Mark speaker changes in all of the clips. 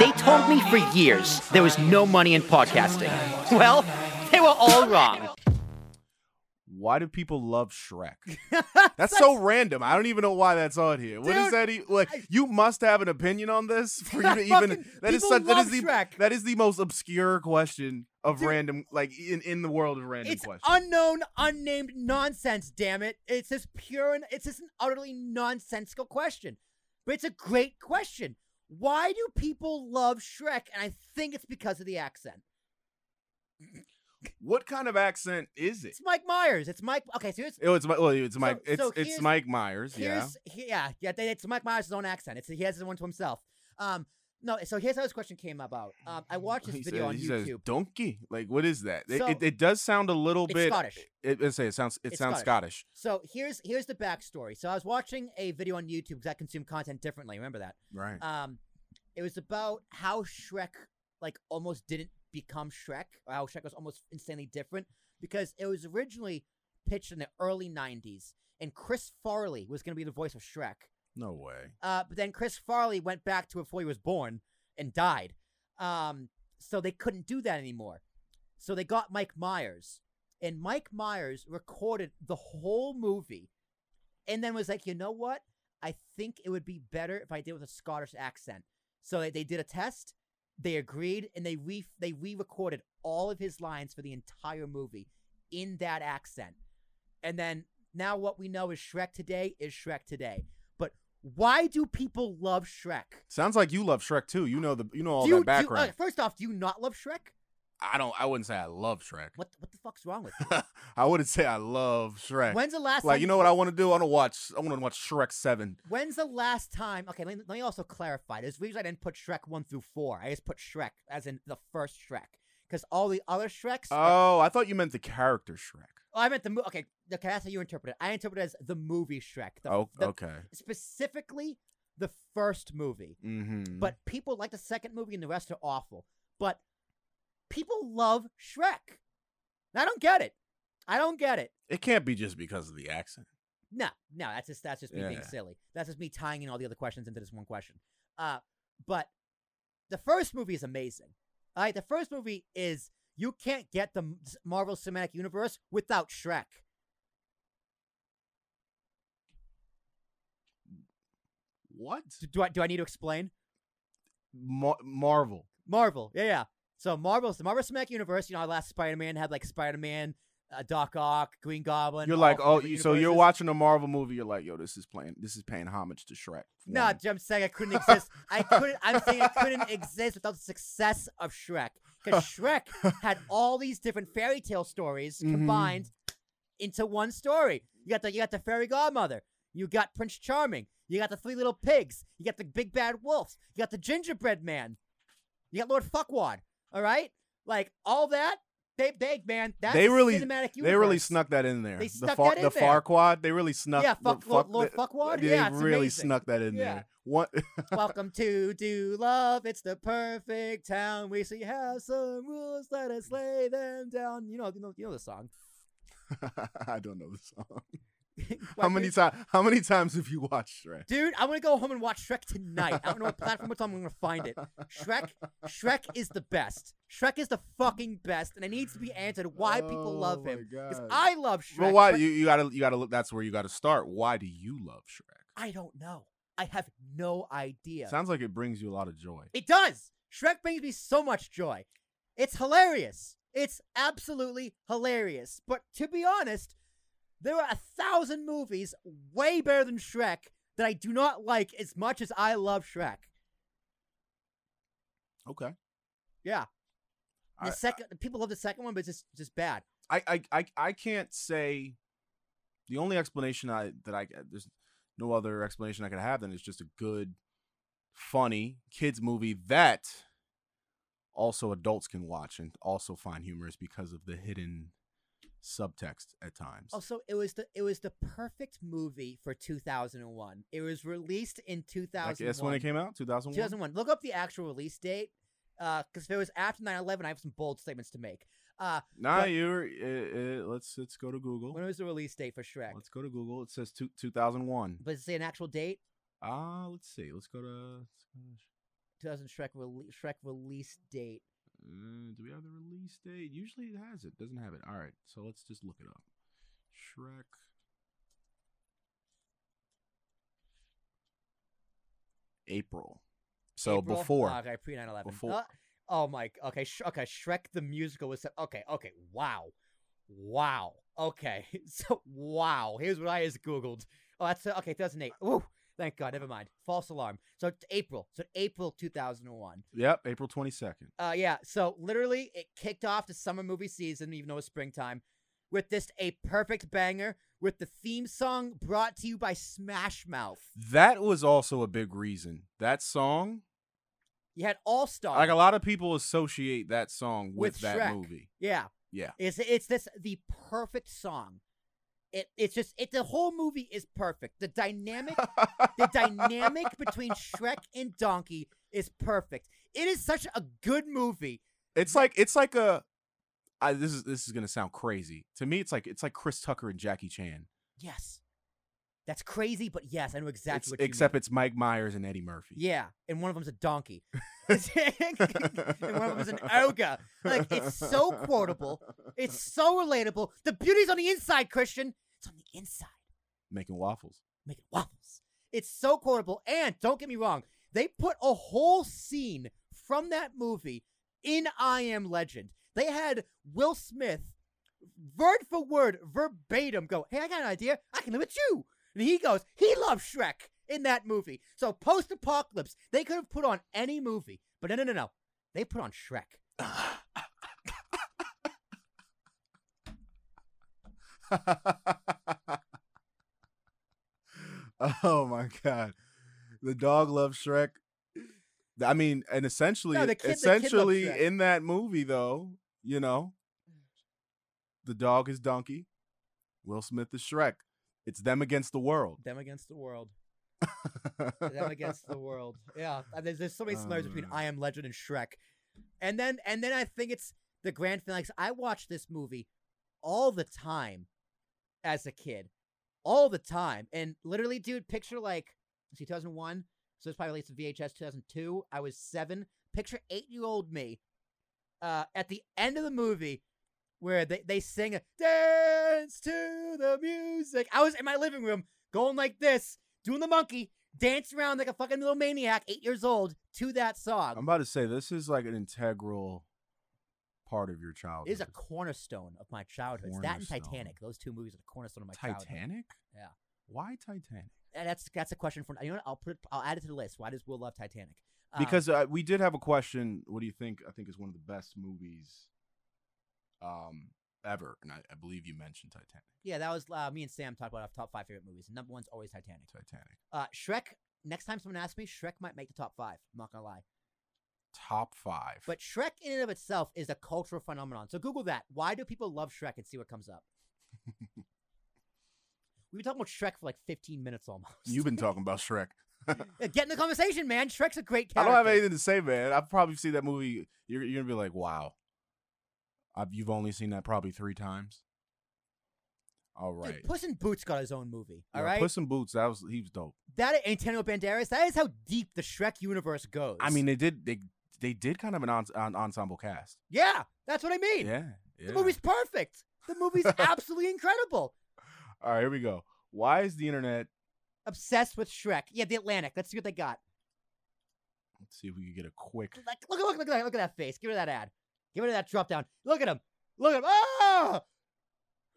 Speaker 1: They told me for years there was no money in podcasting. Well, they were all wrong.
Speaker 2: Why do people love Shrek? That's so random. I don't even know why that's on here. What is
Speaker 3: Dude,
Speaker 2: that? E- like, you must have an opinion on this for you
Speaker 3: I
Speaker 2: to even.
Speaker 3: fucking-
Speaker 2: That is
Speaker 3: people
Speaker 2: such. That is
Speaker 3: love
Speaker 2: the.
Speaker 3: Shrek.
Speaker 2: That is the most obscure question of
Speaker 3: Dude.
Speaker 2: random, like in in the world of random
Speaker 3: It's
Speaker 2: questions.
Speaker 3: unknown, unnamed nonsense. Damn it! It's just pure and it's just an utterly nonsensical question, but it's a great question. Why do people love Shrek? And I think it's because of the accent.
Speaker 2: what kind of accent is it?
Speaker 3: It's Mike Myers. It's Mike. Okay, so here's
Speaker 2: Oh, it's Mi- well, it's
Speaker 3: So-
Speaker 2: Mike. it's
Speaker 3: so
Speaker 2: it's
Speaker 3: here's-
Speaker 2: Mike Myers. Yeah.
Speaker 3: here's he- yeah yeah. they- It's Mike Myers' own accent. It's he has his one to himself. Um, no. So here's how this question came about. Um, I watched this
Speaker 2: He
Speaker 3: video
Speaker 2: says-
Speaker 3: on
Speaker 2: he
Speaker 3: YouTube.
Speaker 2: says "Oh, donkey. Like, what is that? It,
Speaker 3: So-
Speaker 2: it, it does sound a little
Speaker 3: It's
Speaker 2: bit
Speaker 3: Scottish.
Speaker 2: It, it, say it sounds. It
Speaker 3: It's
Speaker 2: sounds Scottish.
Speaker 3: So here's here's the backstory. So I was watching a video on YouTube because I consume content differently. Remember that.
Speaker 2: Right.
Speaker 3: Um, it was about how Shrek like almost didn't become Shrek, or how Shrek was almost insanely different because it was originally pitched in the early '90s, and Chris Farley was going to be the voice of Shrek.
Speaker 2: no way.
Speaker 3: Uh, but then Chris Farley went back to before he was born and died. Um, so they couldn't do that anymore. So they got Mike Myers, and Mike Myers recorded the whole movie, and then was like, you know what? I think it would be better if I did with a Scottish accent. So they, they did a test. They agreed, and they re they re-recorded all of his lines for the entire movie in that accent. And then now what we know is Shrek today is Shrek today. But why do people love Shrek?
Speaker 2: Sounds like you love Shrek too. You know the. You know all
Speaker 3: do you,
Speaker 2: that background.
Speaker 3: Do you, uh, first off, do you not love Shrek?
Speaker 2: I don't. I wouldn't say I love Shrek.
Speaker 3: What what the fuck's wrong with you?
Speaker 2: I wouldn't say I love Shrek.
Speaker 3: when's the last
Speaker 2: like
Speaker 3: time
Speaker 2: you know what I want to do? I want to watch. I want to watch Shrek Seven.
Speaker 3: When's the last time? Okay, let me, let me also clarify. There's a reason I didn't put Shrek one through four. I just put Shrek as in the first Shrek, because all the other Shreks. are-
Speaker 2: Oh, I thought you meant the character Shrek.
Speaker 3: oh, I meant the movie. Okay, okay, that's how you interpret it. I interpret it as the movie Shrek. The,
Speaker 2: oh,
Speaker 3: the-
Speaker 2: okay.
Speaker 3: Specifically, the first movie.
Speaker 2: Mm-hmm.
Speaker 3: But people like the second movie, and the rest are awful. But people love Shrek. And I don't get it. I don't get it.
Speaker 2: it can't be just because of the accent.
Speaker 3: No, no, that's just that's just me being
Speaker 2: Yeah.
Speaker 3: silly. That's just me tying in all the other questions into this one question. Uh, but the first movie is amazing. All right, the first movie is you can't get the M- Marvel Cinematic Universe without Shrek.
Speaker 2: What?
Speaker 3: Do, do I do I need to explain?
Speaker 2: Mar- Marvel.
Speaker 3: Marvel, yeah, yeah. So Marvel's the Marvel Cinematic Universe. You know, our last Spider-Man had like Spider-Man, uh, Doc Ock, Green Goblin.
Speaker 2: You're
Speaker 3: all
Speaker 2: like,
Speaker 3: from
Speaker 2: oh,
Speaker 3: different
Speaker 2: you, so you're
Speaker 3: universes.
Speaker 2: watching a Marvel movie. You're like, yo, this is playing. This is paying homage to Shrek.
Speaker 3: No,
Speaker 2: one.
Speaker 3: I'm saying I couldn't exist. I couldn't. I'm saying I couldn't exist without the success of Shrek. Because Shrek had all these different fairy tale stories
Speaker 2: Mhm.
Speaker 3: combined into one story. You got the you got the fairy godmother. You got Prince Charming. You got the three little pigs. You got the big bad wolf. You got the gingerbread man. You got Lord Fuckwad. All right, like all that. They, they man, that's
Speaker 2: They
Speaker 3: the
Speaker 2: really-
Speaker 3: cinematic universe.
Speaker 2: they really snuck that in there.
Speaker 3: They
Speaker 2: the
Speaker 3: snuck
Speaker 2: far,
Speaker 3: that in
Speaker 2: the
Speaker 3: there.
Speaker 2: far quad. They really snuck.
Speaker 3: Yeah,
Speaker 2: the
Speaker 3: fuck- Lord- Lord Fuckwad?
Speaker 2: They
Speaker 3: Yeah, it's
Speaker 2: really
Speaker 3: amazing.
Speaker 2: snuck that in
Speaker 3: Yeah.
Speaker 2: there. What?
Speaker 3: Welcome to Do Love. It's the perfect town. We see have some rules. Let us lay them down. You know, you know, you know the song.
Speaker 2: I don't know the song. how
Speaker 3: Why,
Speaker 2: many
Speaker 3: dude-
Speaker 2: times? How many times have you watched Shrek?
Speaker 3: Dude, I'm gonna go home and watch Shrek tonight. I don't know what platform it's on. I'm gonna find it. Shrek, Shrek is the best. Shrek is the fucking best, and it needs to be answered why people
Speaker 2: Oh
Speaker 3: love
Speaker 2: my
Speaker 3: him. Because
Speaker 2: God.
Speaker 3: I love Shrek.
Speaker 2: Well, why
Speaker 3: but
Speaker 2: you, you gotta you gotta look. That's where you gotta start. Why do you love Shrek?
Speaker 3: I don't know. I have no idea.
Speaker 2: Sounds like it brings you a lot of joy.
Speaker 3: It does. Shrek brings me so much joy. It's hilarious. It's absolutely hilarious. But to be honest, there are a thousand movies way better than Shrek that I do not like as much as I love Shrek.
Speaker 2: Okay.
Speaker 3: Yeah. The
Speaker 2: I-
Speaker 3: second people love the second one, but it's just just bad.
Speaker 2: I I I, I can't say. The only explanation I that I there's no other explanation I could have than it's just a good, funny kids movie that also adults can watch and also find humorous because of the hidden subtext at times.
Speaker 3: Also, it was the it was the perfect movie for 2001. It was released in 2001.
Speaker 2: Like, that's when it came out. Two thousand one.
Speaker 3: 2001. Look up the actual release date, because if it was after 9/11, I have some bold statements to make. Uh,
Speaker 2: Nah,
Speaker 3: But-
Speaker 2: you're. Uh, uh, let's let's go to Google.
Speaker 3: when was the release date for Shrek?
Speaker 2: Let's go to Google. It says two two thousand one.
Speaker 3: But is it an actual date?
Speaker 2: Ah, let's see. Let's go to.
Speaker 3: 2000 Shrek rele- Shrek release date.
Speaker 2: Uh, do we have the release date? Usually it has it. Doesn't have it. All right. So let's just look it up. Shrek. April. So
Speaker 3: April?
Speaker 2: before.
Speaker 3: Oh, okay, pre 9 11.
Speaker 2: Before.
Speaker 3: oh my. Okay, Sh- okay. Shrek the musical was set. Okay, okay. Wow, wow. Okay, so wow. Here's what I just googled. Oh, that's uh, okay. 2008. Woo. Thank God. Never mind. False alarm. So it's April. So April 2001.
Speaker 2: Yep. April 22nd.
Speaker 3: Uh, yeah. So literally, it kicked off the summer movie season, even though it's springtime, with this a perfect banger with the theme song brought to you by Smash Mouth.
Speaker 2: That was also a big reason. That song,
Speaker 3: You had All Star.
Speaker 2: like a lot of people associate that song with,
Speaker 3: Oh. With
Speaker 2: that
Speaker 3: Shrek.
Speaker 2: movie.
Speaker 3: Yeah.
Speaker 2: Yeah.
Speaker 3: It's it's this the perfect song. It it's just it the whole movie is perfect. The dynamic the dynamic between Shrek and Donkey is perfect. It is such a good movie.
Speaker 2: It's like it's like a. I, this is this is gonna sound crazy to me. It's like it's like Chris Tucker and Jackie Chan,
Speaker 3: Yes. That's crazy, but yes, I know exactly
Speaker 2: It's-
Speaker 3: what you
Speaker 2: except it's Mike Myers and Eddie Murphy.
Speaker 3: mean. Yeah, and one of them's a donkey. and one of them's an ogre. Like it's so quotable. It's so relatable. The beauty's on the inside, Christian. It's on the inside.
Speaker 2: Making waffles.
Speaker 3: making waffles. It's so quotable. And don't get me wrong, they put a whole scene from that movie in I Am Legend. They had Will Smith, word for word, verbatim, go, Hey, I got an idea. I can live with you. And he goes, He loves Shrek in that movie. So post apocalypse, they could have put on any movie. But no, no, no, no. They put on Shrek.
Speaker 2: oh my god, the dog loves Shrek. I mean, and essentially,
Speaker 3: No, the kid- the kid loves
Speaker 2: essentially
Speaker 3: Shrek.
Speaker 2: in that movie, though, you know, the dog is donkey, Will Smith is Shrek. It's them against the world.
Speaker 3: Them against the world. them against the world. Yeah, uh, there's, there's so many
Speaker 2: Oh,
Speaker 3: similarities between
Speaker 2: man.
Speaker 3: I Am Legend and Shrek, and then and then I think it's the grand finale. 'cause I watched this movie all the time as a kid, all the time, and literally, dude, picture like see 2001, so it's probably released on VHS 2002. I was seven. Picture eight year old me uh, at the end of the movie. Where they, they sing a dance to the music. I was in my living room going like this, doing the monkey, dancing around like a fucking little maniac, eight years old, to
Speaker 2: I'm
Speaker 3: that song.
Speaker 2: about to say this is like an integral part of your childhood.
Speaker 3: It is a cornerstone of my childhood. It's That and
Speaker 2: Cornerstone.
Speaker 3: Titanic, those two movies are the cornerstone of my childhood.
Speaker 2: Titanic?
Speaker 3: Yeah.
Speaker 2: Why Titanic?
Speaker 3: And That's that's a question for you know. What? I'll put it, I'll add it to the list. Why does Will love Titanic? Um,
Speaker 2: Because uh, we did have a question. What do you think? I think is one of the best movies, um, ever. And I, I believe you mentioned Titanic.
Speaker 3: yeah, that was uh, me and Sam talked about our top five favorite movies. Number one's always Titanic.
Speaker 2: Titanic.
Speaker 3: Uh, Shrek. Next time someone asks me, Shrek might make the top five. I'm not gonna lie.
Speaker 2: Top five.
Speaker 3: But Shrek in and of itself is a cultural phenomenon. So Google that. Why do people love Shrek and see what comes up? We've been talking about Shrek for like 15 minutes almost.
Speaker 2: you've been talking about Shrek.
Speaker 3: Uh, Get in the conversation, man. Shrek's a great
Speaker 2: I
Speaker 3: character.
Speaker 2: don't have anything to say, man. I've probably seen that movie. You're, you're gonna be like, wow. I've, you've only seen that probably three times. All
Speaker 3: Dude,
Speaker 2: right.
Speaker 3: Puss in Boots got his own movie.
Speaker 2: Yeah,
Speaker 3: All right,
Speaker 2: Puss in Boots. That was he was dope.
Speaker 3: that Antonio Banderas. That is how deep the Shrek universe goes.
Speaker 2: I mean, they did they they did kind of an, ens- an ensemble cast.
Speaker 3: yeah, that's what I mean.
Speaker 2: Yeah, yeah.
Speaker 3: The movie's perfect. The movie's absolutely incredible.
Speaker 2: All right, here we go. Why is the internet?
Speaker 3: Obsessed with Shrek. Yeah, The Atlantic. Let's see what they got.
Speaker 2: Let's see if we can get a quick.
Speaker 3: Like, look, look, look, look, look at that face. Give her that ad. Give her that drop down. Look at him. Look at him. Ah,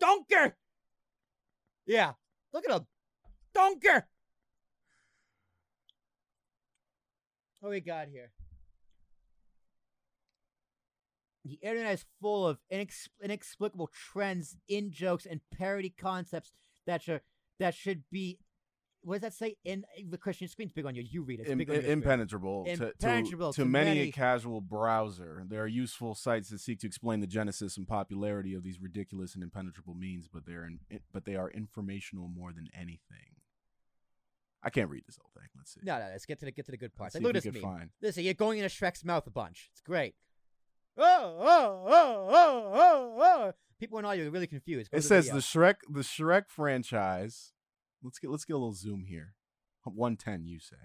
Speaker 3: Donker. Yeah, look at him. Donker. What we got here? The internet is full of inex- inexplicable trends, in jokes, and parody concepts that should that should be. What does that say? In the Christian screen's big on you. You read it. It's
Speaker 2: Im-
Speaker 3: big on your
Speaker 2: im-
Speaker 3: screen.
Speaker 2: impenetrable, to- to,
Speaker 3: Impenetrable
Speaker 2: to
Speaker 3: to
Speaker 2: many,
Speaker 3: many.
Speaker 2: a casual browser. There are useful sites that seek to explain the genesis and popularity of these ridiculous and impenetrable means, but they're in, but they are informational more than anything. I can't read this whole thing. Let's see.
Speaker 3: No, no, let's get to the get to the good
Speaker 2: Let's
Speaker 3: parts.
Speaker 2: see
Speaker 3: Like,
Speaker 2: if
Speaker 3: look
Speaker 2: we
Speaker 3: at this
Speaker 2: can
Speaker 3: meme.
Speaker 2: find-
Speaker 3: Listen, you're going into Shrek's mouth a bunch. It's great. Oh, oh, oh, oh, oh, oh. People in audio are really confused. Go
Speaker 2: It
Speaker 3: to the
Speaker 2: says
Speaker 3: video.
Speaker 2: the Shrek the Shrek franchise. Let's get let's get a little zoom here. One ten, you say.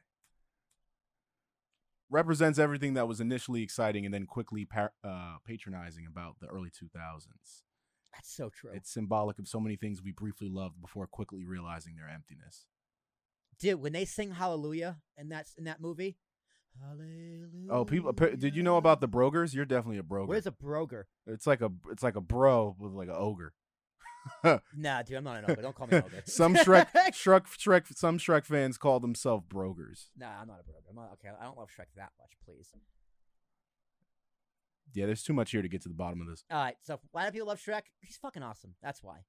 Speaker 2: represents everything that was initially exciting and then quickly par- uh, patronizing about the early 2000s.
Speaker 3: That's so true.
Speaker 2: It's symbolic of so many things we briefly loved before quickly realizing their emptiness.
Speaker 3: Dude, when they sing Hallelujah in that in that movie, Hallelujah.
Speaker 2: Oh, people, appa- did you know about the brokers? You're definitely a broker.
Speaker 3: Mm, Where's a broger?
Speaker 2: it's like a it's like a bro with like an ogre.
Speaker 3: Nah, dude, I'm not an ogre. Don't call me an ogre.
Speaker 2: Some Shrek, Shrek, Shrek, some Shrek fans call themselves brokers.
Speaker 3: nah, I'm not a broger. I'm not okay. I don't love Shrek that much, please.
Speaker 2: Yeah, there's too much here to get to the bottom of this.
Speaker 3: All right, so why do people love Shrek? He's fucking awesome. That's why.